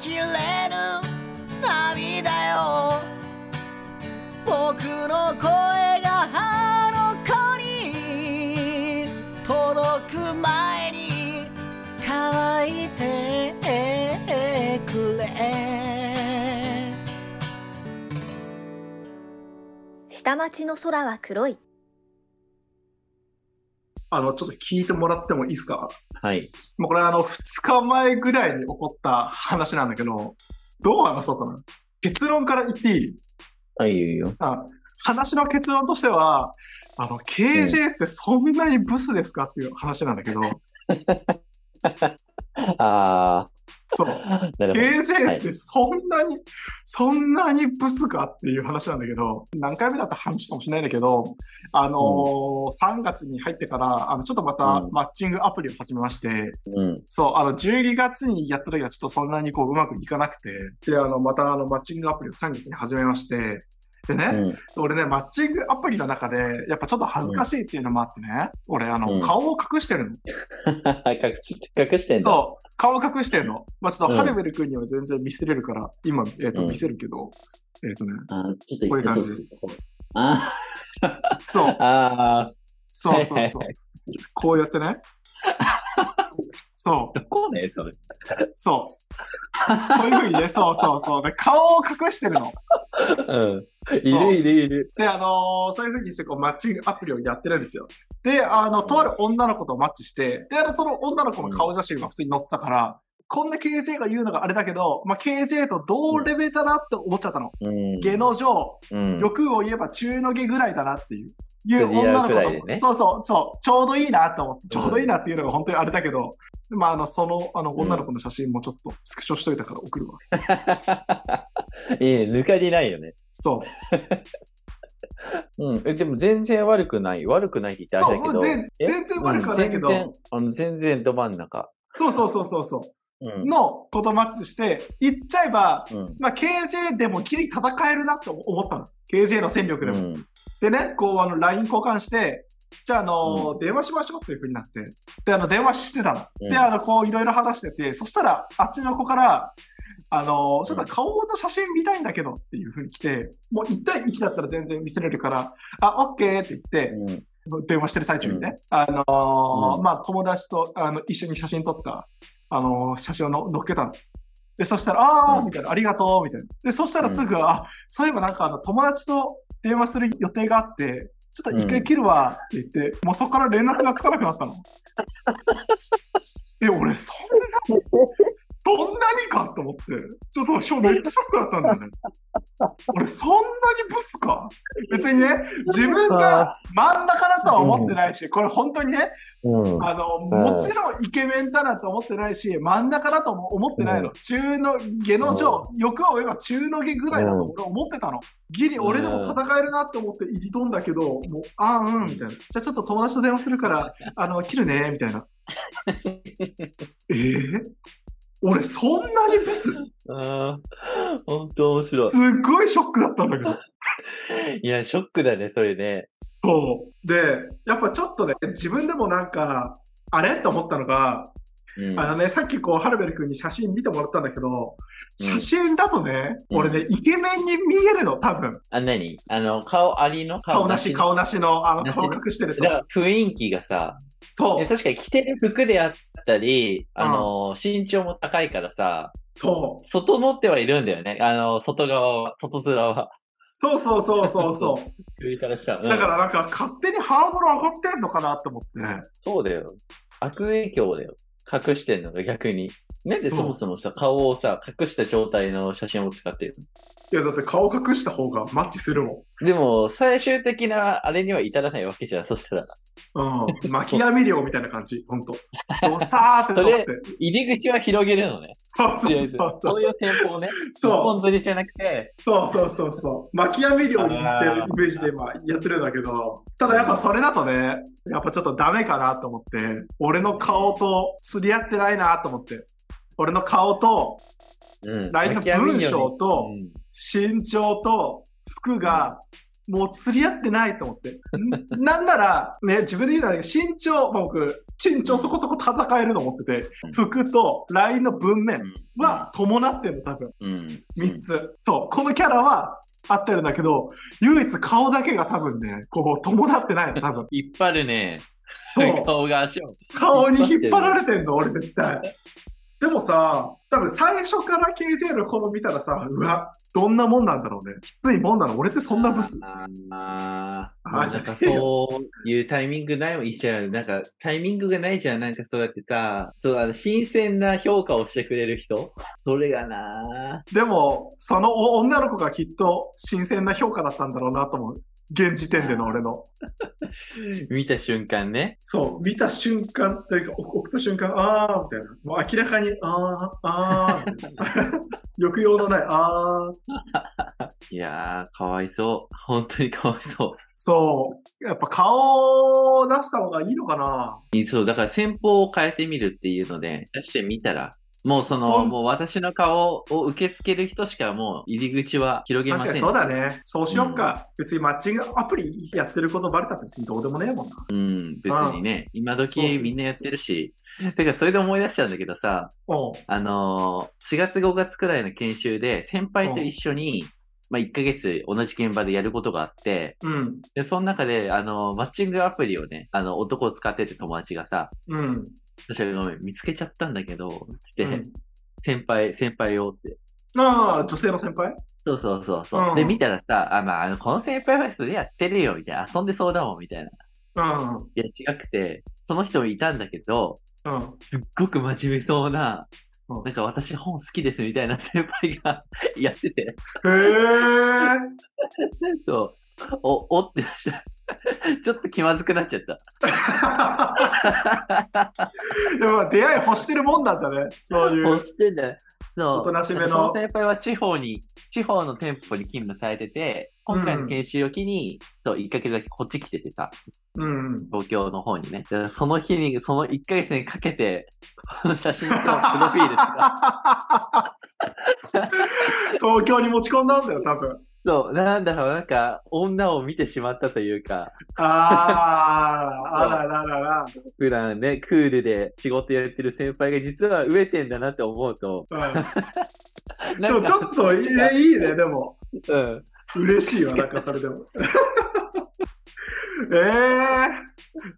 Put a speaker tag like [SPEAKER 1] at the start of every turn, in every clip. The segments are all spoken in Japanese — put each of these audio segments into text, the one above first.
[SPEAKER 1] きれぬ涙よ僕の声があの子に届く前に乾いてくれ
[SPEAKER 2] 下町の空は黒い。
[SPEAKER 3] あの、ちょっと聞いてもらってもいいですか
[SPEAKER 4] はい。
[SPEAKER 3] まあこれあの、2日前ぐらいに起こった話なんだけど、どう話そうかな。結論から言っていい
[SPEAKER 4] あ、いいよいいよ。
[SPEAKER 3] あ話の結論としては、あの、KJ ってそんなにブスですかっていう話なんだけど、
[SPEAKER 4] あ
[SPEAKER 3] そう。
[SPEAKER 4] あ、なる
[SPEAKER 3] KJ ってそんなに、そんなにブスかっていう話なんだけど、何回目だった話かもしれないんだけど、あのー3月に入ってから、あの、ちょっとまた
[SPEAKER 4] うん
[SPEAKER 3] マッチングアプリを始めまして、
[SPEAKER 4] ほど。うん。
[SPEAKER 3] そう、あの、12月にやった時はちょっとそんなにこううまくいかなくて、で、あの、またあの、マッチングアプリを3月に始めまして、でね、
[SPEAKER 4] うん。
[SPEAKER 3] 俺ね、マッチングアプリの中で、やっぱちょっと恥ずかしいっていうのもあってね、俺、あの、
[SPEAKER 4] うん
[SPEAKER 3] 顔を隠してるの。
[SPEAKER 4] 隠し、隠してんだ。
[SPEAKER 3] そう、顔を隠してるの。まあ、ちょっと、
[SPEAKER 4] うん
[SPEAKER 3] ハルベル君には全然見せれるから、今、えっ、と、
[SPEAKER 4] うん
[SPEAKER 3] 見せるけど、えっ、とね、
[SPEAKER 4] あーちょっと
[SPEAKER 3] こういう感じ
[SPEAKER 4] あ
[SPEAKER 3] そ
[SPEAKER 4] ー
[SPEAKER 3] う、
[SPEAKER 4] あ
[SPEAKER 3] そうそうそう
[SPEAKER 4] は。
[SPEAKER 3] こうやってね。そ
[SPEAKER 4] ー、どこね、それ。
[SPEAKER 3] う、そう。こういうふうにね、そうそうそう。で顔を隠してるの。
[SPEAKER 4] うん。いるいるいる。
[SPEAKER 3] で、あのーそういう風にして、こう、マッチングアプリをやってるんですよ。で、あの、とある女の子とマッチして、で、あのその女の子の顔写真が普通に載ってたから、こんな KJ が言うのがあれだけど、まあ、KJ と同レベルだなって思っちゃったの。
[SPEAKER 4] うん。
[SPEAKER 3] 芸能上、
[SPEAKER 4] うん。
[SPEAKER 3] 欲を言えば中の下ぐらいだなっていう。いう
[SPEAKER 4] クジ
[SPEAKER 3] 女
[SPEAKER 4] ラ
[SPEAKER 3] の子
[SPEAKER 4] くらいで
[SPEAKER 3] と、
[SPEAKER 4] ね
[SPEAKER 3] そうそう、そう、ちょうどいいなと思って、ちょうどいいなっていうのが本当にあれだけど、まあ、あの、その、あの、女の子の写真もちょっとスクショしといたから送るわ。
[SPEAKER 4] いいね、抜かりないよね。
[SPEAKER 3] そう。
[SPEAKER 4] うん。え、でも全然悪くない。悪くないって言ってあれだけ
[SPEAKER 3] そ
[SPEAKER 4] ど。
[SPEAKER 3] う全
[SPEAKER 4] え
[SPEAKER 3] 全然悪くはないけど
[SPEAKER 4] うん全然、あの、全然ど真ん中。
[SPEAKER 3] そうそうそうそうそう。
[SPEAKER 4] うん。
[SPEAKER 3] のことマッチして、言っちゃえば、
[SPEAKER 4] うん。
[SPEAKER 3] まあ、KJ でもギリ戦えるなって思ったの。KJ の戦力で
[SPEAKER 4] う
[SPEAKER 3] も。
[SPEAKER 4] ん。
[SPEAKER 3] でね、こう、あの、LINE 交換して、じゃあ、あのー電話しましょうっていう風になって、で、あの、電話してたの。
[SPEAKER 4] うん
[SPEAKER 3] で、あの、こう、いろいろ話してて、そしたら、あっちの子から、あのーちょっと顔の写真見たいんだけどっていう風に来て、もう1対1だったら全然見せれるから、あ、OK って言って、
[SPEAKER 4] うん。
[SPEAKER 3] 電話してる最中にね、あのー
[SPEAKER 4] うん
[SPEAKER 3] まあ、友達とあの一緒に写真撮った、あのー写真をの載っけたの。で、そしたら、あー、
[SPEAKER 4] うん
[SPEAKER 3] みたいな、ありがとう、みたいな。で、そしたらすぐ、あ、そういえばなんかあの友達と電話する予定があって、ちょっと一回切るわって言って、もうそこから連絡がつかなくな ったの。え、俺、そんな、そんなにかと思って、ちょっとショめっちゃショックだったんだよね。俺、そんなにブスか別にね、自分が真ん中だとは思ってないし、これ本当にね、
[SPEAKER 4] うん。
[SPEAKER 3] あの、もちろんイケメンだなと思ってないし、真ん中だとも思ってないの。
[SPEAKER 4] う
[SPEAKER 3] 中の下の上、欲を言えば中の下ぐらいだと俺は思ってたの。ギリ俺でも戦えるなって思って挑んだけど、もう、あーうん、みたいな。じゃあちょっと友達と電話するから、あの、切るね、みたい な。えー、俺そんなにブスすっ
[SPEAKER 4] ああ、本当面白い。
[SPEAKER 3] ごいショックだったんだけど。
[SPEAKER 4] いや、ショックだね、それね。
[SPEAKER 3] そう。で、やっぱちょっとね、自分でもなんか、あれと思ったのが、
[SPEAKER 4] うん
[SPEAKER 3] あのね、さっきこう、ハルベル君に写真見てもらったんだけど、
[SPEAKER 4] うん
[SPEAKER 3] 写真だとね、
[SPEAKER 4] うん
[SPEAKER 3] 俺ね、イケメンに見えるの、多分。
[SPEAKER 4] あ、何あの、顔ありの
[SPEAKER 3] 顔なし、
[SPEAKER 4] の
[SPEAKER 3] 顔なしの、あの、
[SPEAKER 4] なし
[SPEAKER 3] 顔隠してると
[SPEAKER 4] だ。から雰囲気がさ、い
[SPEAKER 3] そ
[SPEAKER 4] や
[SPEAKER 3] う、
[SPEAKER 4] 確かに着てる服であったり、あの、身長も高いからさ、
[SPEAKER 3] そう、
[SPEAKER 4] 外乗ってはいるんだよね。あの、外側は、外面は。
[SPEAKER 3] そうそうそうそうそ
[SPEAKER 4] 上からしたら
[SPEAKER 3] う。
[SPEAKER 4] うん
[SPEAKER 3] だからなんか、勝手にハードル上がってんのかなって思って。
[SPEAKER 4] そうだよ。悪影響だよ。隠してんのが逆に。なんで
[SPEAKER 3] そ
[SPEAKER 4] そうもそもさ、顔をさ、隠した状態の写真を使ってる
[SPEAKER 3] いや、だって顔隠した方がマッチするもん。
[SPEAKER 4] のでも、最終的なあれには至らないわけじゃん。そしたら、
[SPEAKER 3] うん。巻き網漁みたいな感じ、ほんと。ドサーって取って。
[SPEAKER 4] 入り口は広げるのね。
[SPEAKER 3] そう
[SPEAKER 4] と
[SPEAKER 3] そう
[SPEAKER 4] りあえず
[SPEAKER 3] そうそう
[SPEAKER 4] そ。ういう戦法ね。一
[SPEAKER 3] そう
[SPEAKER 4] 本釣りじゃなくて、
[SPEAKER 3] そうそうそうそう。巻き網漁に行ってるイメージで今やってるんだけど、ただやっぱそれだとね、やっぱちょっとダメかなと思って、俺の顔と釣り合ってないなと思って、俺の顔と、
[SPEAKER 4] うん。
[SPEAKER 3] ライト文章と
[SPEAKER 4] うん
[SPEAKER 3] 身長と服が、もう釣り合ってないと思って。んなんなら、ね、自分で言うのは、身長、まあ僕、身長そこそこ戦えるの持ってて
[SPEAKER 4] うん、
[SPEAKER 3] 服と LINE の文面
[SPEAKER 4] うん
[SPEAKER 3] は伴ってんの、多分。
[SPEAKER 4] うん。。
[SPEAKER 3] 3つ。そう、このキャラは合ってるんだけど、唯一顔だけが多分ね、こう、伴って ないの、多分
[SPEAKER 4] 引っ張るね。
[SPEAKER 3] そう。
[SPEAKER 4] 顔が足を。
[SPEAKER 3] 顔に引っ張られてんの俺絶対。でもさ、多分最初から KJ のこの見たらさ、うわ、どんなもんなんだろうね。きついもんなの俺ってそんなブス。
[SPEAKER 4] あーあー、
[SPEAKER 3] あー
[SPEAKER 4] なんかそういうタイミングないもん、一緒やろなんかタイミングがないじゃん、なんかそうやってさ、そうあの新鮮な評価をしてくれる人それがな
[SPEAKER 3] でも、その女の子がきっと新鮮な評価だったんだろうなと思う。現時点での俺の。
[SPEAKER 4] ー見た瞬間ね。
[SPEAKER 3] そう、見た瞬間というか、お送った瞬間、あーみたいな。もう明らかに、あー、あーみたいな。抑揚のない、あー。
[SPEAKER 4] いやー、かわいそう。本当にかわいそ
[SPEAKER 3] そう。やっぱ顔を出した方がいいのかな
[SPEAKER 4] うい。そう、だから戦法を変えてみるっていうので、出してみたら、もうその、
[SPEAKER 3] うん
[SPEAKER 4] もう私の顔を受け付ける人しかもう入り口は広げま
[SPEAKER 3] 確
[SPEAKER 4] せん。
[SPEAKER 3] かにそうだね。そうしよっか。別にマッチングアプリやってることバレたって別にどうでもねえもんな。
[SPEAKER 4] うん、別にね、今
[SPEAKER 3] そうそ
[SPEAKER 4] 時
[SPEAKER 3] う
[SPEAKER 4] みんなやってるし。てか、それで思い出したんだけどさ、
[SPEAKER 3] うん。
[SPEAKER 4] あのー4月5月くらいの研修で、先輩と一緒に、まあ、1ヶ月同じ現場でやることがあって、
[SPEAKER 3] うん。
[SPEAKER 4] で、その中で、あのーマッチングアプリをね、あの、男を使ってて友達がさ、
[SPEAKER 3] うん。
[SPEAKER 4] 私がごめん、見つけちゃったんだけど、って、
[SPEAKER 3] うん
[SPEAKER 4] 先輩、先輩をって。
[SPEAKER 3] ああ、女性の先輩
[SPEAKER 4] そうそうそうそう。
[SPEAKER 3] うん
[SPEAKER 4] で、見たらさ、あ、まあ、あの、この先輩はそれやってるよ、みたいな。遊んでそうだもん、みたいな。い
[SPEAKER 3] うん。
[SPEAKER 4] や、違くて、その人もいたんだけど、
[SPEAKER 3] うん。
[SPEAKER 4] すっごく真面目そうな、
[SPEAKER 3] うん
[SPEAKER 4] なんか私本好きですみたいな先輩が やってて、
[SPEAKER 3] へえ。
[SPEAKER 4] そう、お、おってなっちゃった。 ちょっと気まずくなっちゃった。
[SPEAKER 3] でも出会い欲してるもんなんだね。そうい
[SPEAKER 4] そう
[SPEAKER 3] う。
[SPEAKER 4] してんだよ。そう。
[SPEAKER 3] おとなしめの
[SPEAKER 4] その先輩は地方に、地方の店舗に勤務されてて、今回の研修を機に、そう、1ヶ月だけこっち来ててさ、
[SPEAKER 3] うん。
[SPEAKER 4] 東京の方にね。だからその日に、その1ヶ月にかけて、この写真とプロフィール とか、
[SPEAKER 3] 東京に持ち込んだんだよ、多分。
[SPEAKER 4] そう、なんだろう、なんか、女を見てしまったというか、
[SPEAKER 3] ああ、あらららら。
[SPEAKER 4] 普段ね、クールで仕事やってる先輩が実は飢えてんだなって思うと、
[SPEAKER 3] うん
[SPEAKER 4] な
[SPEAKER 3] でも
[SPEAKER 4] ん
[SPEAKER 3] ち
[SPEAKER 4] か、
[SPEAKER 3] ょっといいね、いいね、でも。
[SPEAKER 4] うん、
[SPEAKER 3] 嬉しいわ、なんかそれでも。 ええ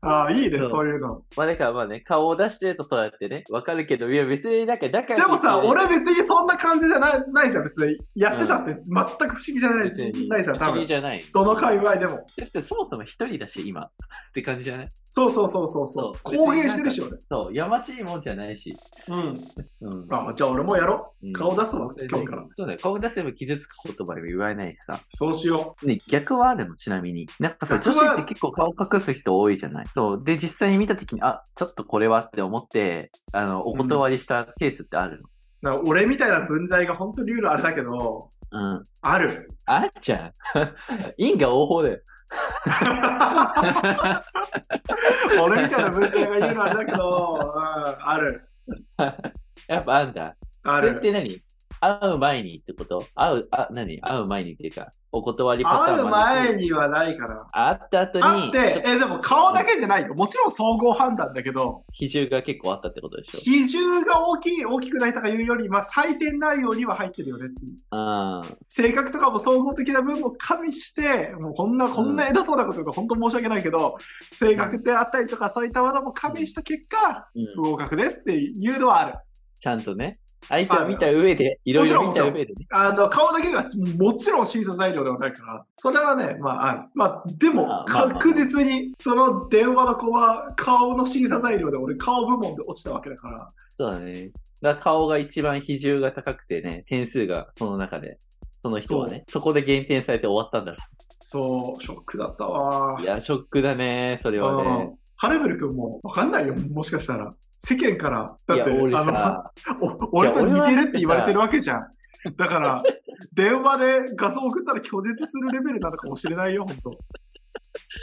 [SPEAKER 3] ああ、いいね、
[SPEAKER 4] そう
[SPEAKER 3] そういうの。
[SPEAKER 4] まあだからまあね、顔を出してるとそうやってね、わかるけど、いや別になんか、だから、
[SPEAKER 3] でもさ、俺別にそんな感じじゃないないじゃん、別に。やってたって全く不思議じゃない,、
[SPEAKER 4] 別に
[SPEAKER 3] ないじゃん、多
[SPEAKER 4] 不思議
[SPEAKER 3] 分。
[SPEAKER 4] じゃない。
[SPEAKER 3] どの界隈でも。
[SPEAKER 4] だってそもそも一人だし、今。って感じじゃない
[SPEAKER 3] そうそうそうそう。そう
[SPEAKER 4] そう
[SPEAKER 3] 公言してるし、俺。
[SPEAKER 4] そう、やましいもんじゃないし。
[SPEAKER 3] うん。
[SPEAKER 4] うん。
[SPEAKER 3] ああ、じゃあ俺もやろ
[SPEAKER 4] うん
[SPEAKER 3] う。顔出すわ、今日から。
[SPEAKER 4] そうだよ。顔出せば傷つく言葉でも言わないしさ。
[SPEAKER 3] そうしよ
[SPEAKER 4] ね、逆はでもちなみに。なんかさ、
[SPEAKER 3] 逆
[SPEAKER 4] 女
[SPEAKER 3] は
[SPEAKER 4] 子って結構顔隠す人多いじゃないそう。で、実際に見たときに、あ、ちょっとこれはって思って、あの、お断りしたケースってある
[SPEAKER 3] う。なんか俺みたいな分際が本当にルールあれだけど、
[SPEAKER 4] のうん。
[SPEAKER 3] ある。
[SPEAKER 4] あっちゃん。 因果応報だよ。
[SPEAKER 3] 俺みたいな分際が言うのあれだけど、うん、ある。
[SPEAKER 4] やっぱあんだ。
[SPEAKER 3] あ
[SPEAKER 4] それっ
[SPEAKER 3] る。
[SPEAKER 4] て何会う前にってこと会う、あ、何会う前にっていうか、お断りパターン
[SPEAKER 3] 会う
[SPEAKER 4] もあるし
[SPEAKER 3] 前にはないから。
[SPEAKER 4] 会った後
[SPEAKER 3] あっ
[SPEAKER 4] に、
[SPEAKER 3] て、え、でも顔だけじゃないよ。もちろん総合判断だけど、
[SPEAKER 4] 比重が結構あったってことでしょ。
[SPEAKER 3] 比重が大きい、大きくないとかいうより、まあ採点内容には入ってるよねっていう。
[SPEAKER 4] あー
[SPEAKER 3] 性格とかも総合的な部分も加味して、もうこんな、こんな偉そうなこと言うと本当申し訳ないけど、性格であったりとかそういったものも加味した結果、
[SPEAKER 4] うん
[SPEAKER 3] 不合格ですっていうのはある。
[SPEAKER 4] ちゃんとね、相手を見た上で、いろいろ見た上でね。
[SPEAKER 3] あの、顔だけがもちろん審査材料ではないから、それはね、まあある。まあでも
[SPEAKER 4] あ、まあまあ
[SPEAKER 3] 確実に、その電話の子は顔の審査材料で俺顔部門で落ちたわけだから、
[SPEAKER 4] そうだね。だから顔が一番比重が高くてね、点数がその中で、その人はね、そこで減点されて終わったんだろ
[SPEAKER 3] そう、ショックだったわ
[SPEAKER 4] う。い。や、ショックだね、それは
[SPEAKER 3] うん
[SPEAKER 4] ね。
[SPEAKER 3] ハレブル君もわかんないよ、もしかしたら。世間から、だ
[SPEAKER 4] い
[SPEAKER 3] っ
[SPEAKER 4] や、
[SPEAKER 3] て、
[SPEAKER 4] 俺
[SPEAKER 3] あ
[SPEAKER 4] さ、
[SPEAKER 3] の、お俺と
[SPEAKER 4] いや俺
[SPEAKER 3] 似
[SPEAKER 4] は
[SPEAKER 3] てるって言われてるわけじゃん。だから、電話で画像送ったら拒絶するレベルなのかもしれないよ、本当。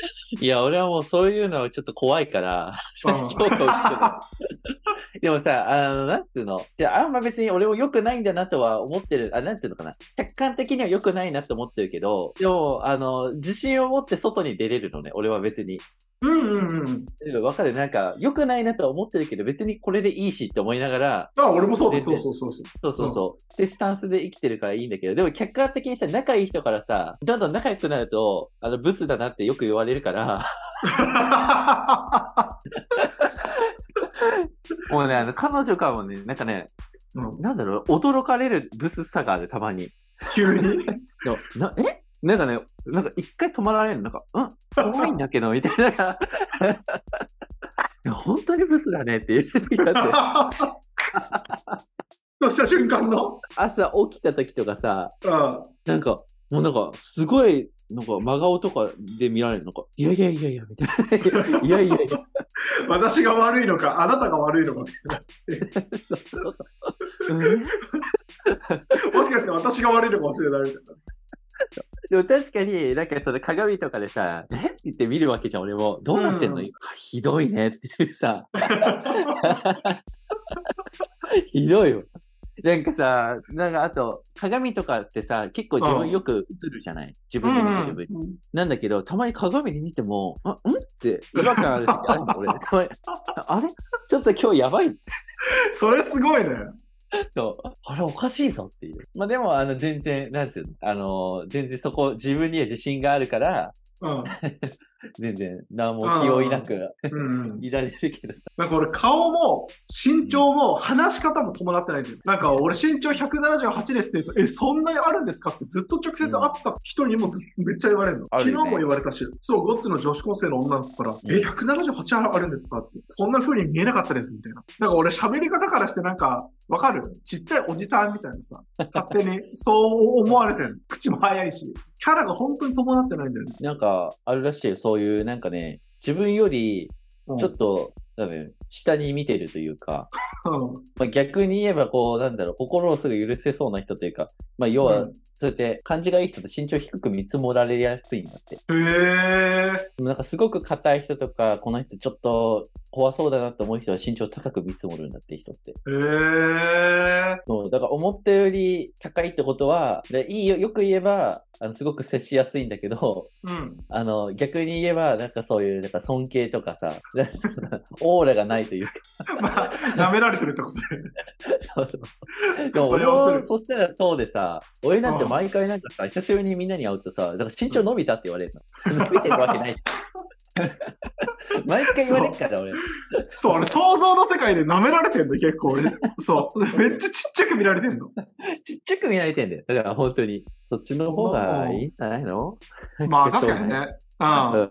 [SPEAKER 4] いや、俺はもうそういうのはちょっと怖いから、
[SPEAKER 3] うん
[SPEAKER 4] 評価をつけないでもさ、あの、なんつうの、じゃあ、あんま別に俺も良くないんだなとは思ってる、あ、なんつうのかな、客観的には良くないなと思ってるけど、でも、あの、自信を持って外に出れるのね、俺は別に。
[SPEAKER 3] うんうんうん。
[SPEAKER 4] わかるなんか、良くないなとは思ってるけど、別にこれでいいしって思いながら、
[SPEAKER 3] あ、俺もそうだ、
[SPEAKER 4] 出て
[SPEAKER 3] そうそうそうそう。
[SPEAKER 4] そうそうそう。で、スタンスで生きてるからいいんだけど、でも客観的にさ、仲いい人からさ、どんどん仲良くなると、あの、ブスだなってよく言われるから、もうね、あの、彼女からもね、なんかね、
[SPEAKER 3] うん
[SPEAKER 4] なんだろう、驚かれるブスさがある、たまに。
[SPEAKER 3] 急に。
[SPEAKER 4] でもなえなんかね、なんか一回止まられるの、なんか、うん、怖いんだけど、みた いな。なんかいや本当にブスだねって言ってきたって。
[SPEAKER 3] とした瞬間の。
[SPEAKER 4] 朝起きた時とかさ、
[SPEAKER 3] うん
[SPEAKER 4] なんか、もうなんか、すごい、なんか、真顔とかで見られるのか、いやいやいやいや、みたいな。いやいやいや、
[SPEAKER 3] 私が悪いのか、あなたが悪いのか。
[SPEAKER 4] うん
[SPEAKER 3] もしかして私が悪いのかもしれないみたい
[SPEAKER 4] でも確かに、なんかその鏡とかでさ、えって言って見るわけじゃん、俺も。どうなってんの、
[SPEAKER 3] うん
[SPEAKER 4] ひどいねっていう さ。ひどいよ。なんかさ、なんかあと、鏡とかってさ、結構自
[SPEAKER 3] うん
[SPEAKER 4] 分よく映るじゃない自分で見て
[SPEAKER 3] な。
[SPEAKER 4] 自分に。なんだけど、たまに鏡で見ても、あ、んって違和感ある時あるの、 俺。たまにあれちょっと今日やばい
[SPEAKER 3] それすごいね。
[SPEAKER 4] そう、あれおかしいぞっていう。まあでも、あの、全然、なんていうの、あの、全然そこ、自分には自信があるから、
[SPEAKER 3] うん。
[SPEAKER 4] 全然、何も気負いなく
[SPEAKER 3] うんうん
[SPEAKER 4] いられるけどさ。
[SPEAKER 3] なんか俺顔も身長も話し方も伴ってないんだよ。なんか俺身長178ですって言うと、え、そんなにあるんですかってずっと直接会った人にもずっとめっちゃ言われるの。
[SPEAKER 4] ある
[SPEAKER 3] 昨
[SPEAKER 4] よ
[SPEAKER 3] 日
[SPEAKER 4] ね
[SPEAKER 3] も言われたし、そう、ゴッツの女子高生の女の子から、え、178あるんですかって。そんな風に見えなかったですみたいな。なんか俺喋り方からしてなんか、わかるちっちゃいおじさんみたいなさ、勝手 にそう思われてる。口も早いし、キャラが本当に伴ってないんだよね。
[SPEAKER 4] なんか、あるらしいよ、そういう、なんかね、自分より、
[SPEAKER 3] うん
[SPEAKER 4] ちょっと、多分、下に見てるというか、
[SPEAKER 3] うん
[SPEAKER 4] まあ、逆に言えば、こう、なんだろう、心をすぐ許せそうな人というか、まあ、要は、
[SPEAKER 3] うん
[SPEAKER 4] そうやって、感じがいい人って身長低く見積もられやすいんだって。
[SPEAKER 3] へえ。
[SPEAKER 4] でもなんか、すごく硬い人とか、この人ちょっと怖そうだなと思う人は身長高く見積もるんだって、人って。
[SPEAKER 3] ー。へえ。
[SPEAKER 4] そう、だから思ったより高いってことは、でいいよ、よく言えば、あのすごく接しやすいんだけど、
[SPEAKER 3] うん。
[SPEAKER 4] あの、逆に言えば、なんかそういう、なんか尊敬と かさ、オーラがないというか、
[SPEAKER 3] まあ、舐められてるってことだよね。
[SPEAKER 4] そうそうでも俺
[SPEAKER 3] これをす
[SPEAKER 4] も
[SPEAKER 3] る
[SPEAKER 4] そしたらそうでさ、俺なんて
[SPEAKER 3] うん
[SPEAKER 4] 毎回なんかさ、久しぶりにみんなに会うとさ、だから身長伸びたって言われる の。伸びてるわけない。毎回言われるから俺。
[SPEAKER 3] そう、俺、想像の世界で舐められてんの、結構俺。そう。めっちゃちっちゃく見られてんの。
[SPEAKER 4] ちっちゃく見られてんだよ。だから本当に、そっちの方がいいんじゃないの
[SPEAKER 3] まあ、 確かにね。う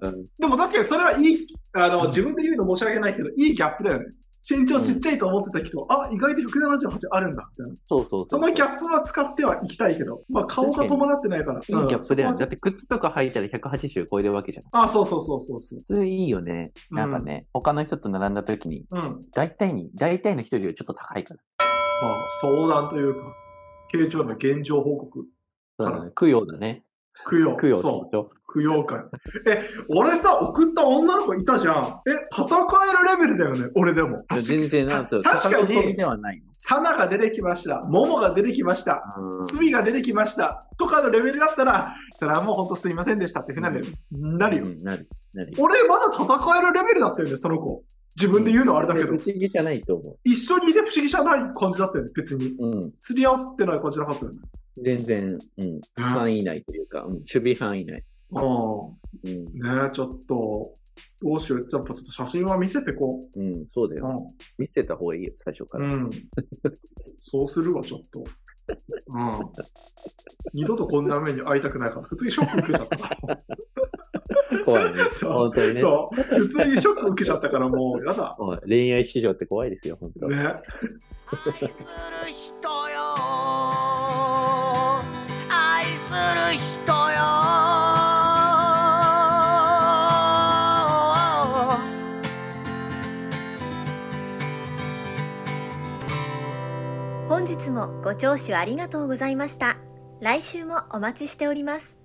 [SPEAKER 3] ん。
[SPEAKER 4] うん
[SPEAKER 3] でも確かにそれはいい、あの、自分で言うの申し訳ないけど、いいギャップだよね。身長ちっちゃいと思ってた人、あ、意外と178あるんだ、みたいな。
[SPEAKER 4] そうそうそ。
[SPEAKER 3] そうのギャップは使ってはいきたいけど、まあ、顔が伴ってないから。
[SPEAKER 4] いいギャップだよ
[SPEAKER 3] うん
[SPEAKER 4] ね。だって靴とか履いたら180超えるわけじゃん。
[SPEAKER 3] あ、そうそうそうそうそう。
[SPEAKER 4] それいいよね。
[SPEAKER 3] うん
[SPEAKER 4] なんかね、他の人と並んだ時に、
[SPEAKER 3] うん。
[SPEAKER 4] 大体に、大体の人よりちょっと高いから。
[SPEAKER 3] まあ、相談というか、慶長の現状報告。
[SPEAKER 4] そう
[SPEAKER 3] そう
[SPEAKER 4] だね。供養だね。
[SPEAKER 3] 供養。
[SPEAKER 4] 供養って
[SPEAKER 3] そう
[SPEAKER 4] こ。と
[SPEAKER 3] 供養会。え、俺さ、送った女の子いたじゃん。え、戦えるレベルだよね、俺でも。
[SPEAKER 4] いや全然なんと、
[SPEAKER 3] 確かに
[SPEAKER 4] 高飛びではないの。
[SPEAKER 3] サナが出てきました。モモが出てきました。
[SPEAKER 4] うん
[SPEAKER 3] ツビが出てきました。とかのレベルだったら、それはもうほんとすいませんでしたってふうになるよ。なるよ
[SPEAKER 4] う。んなる。なる。
[SPEAKER 3] 俺まだ戦えるレベルだったよね、その子。自分で言うのはあれだけど
[SPEAKER 4] 不、思議じゃないと思
[SPEAKER 3] 一緒にいて不思議じゃない感じだったよね、別に。
[SPEAKER 4] う。うん。
[SPEAKER 3] 釣り合ってない感じなかったよね。
[SPEAKER 4] 全然、うん。
[SPEAKER 3] ね
[SPEAKER 4] 範囲内というか、うん。守備範囲内。
[SPEAKER 3] う
[SPEAKER 4] うん。
[SPEAKER 3] ん。ねえ、ちょっと、どうしよう。やっぱちょっと写真は見せてこ
[SPEAKER 4] うん。そうだ
[SPEAKER 3] う。
[SPEAKER 4] よ。
[SPEAKER 3] うん。
[SPEAKER 4] 見てた方がいいよ、最初から。
[SPEAKER 3] うん。そうするわ、ちょっと。うん。二度とこんな目に会いたくないから、普通にショック受けちゃ ったから。
[SPEAKER 4] 怖いね。
[SPEAKER 3] そう
[SPEAKER 4] 本当にね。
[SPEAKER 3] そう。普通にショック受けちゃったから、もう、やだ。
[SPEAKER 4] おい恋愛市場って怖いですよ、本当。
[SPEAKER 3] ね。
[SPEAKER 1] 愛する人よ愛する人よ
[SPEAKER 2] 本日もご聴取ありがとうございました来週もお待ちしております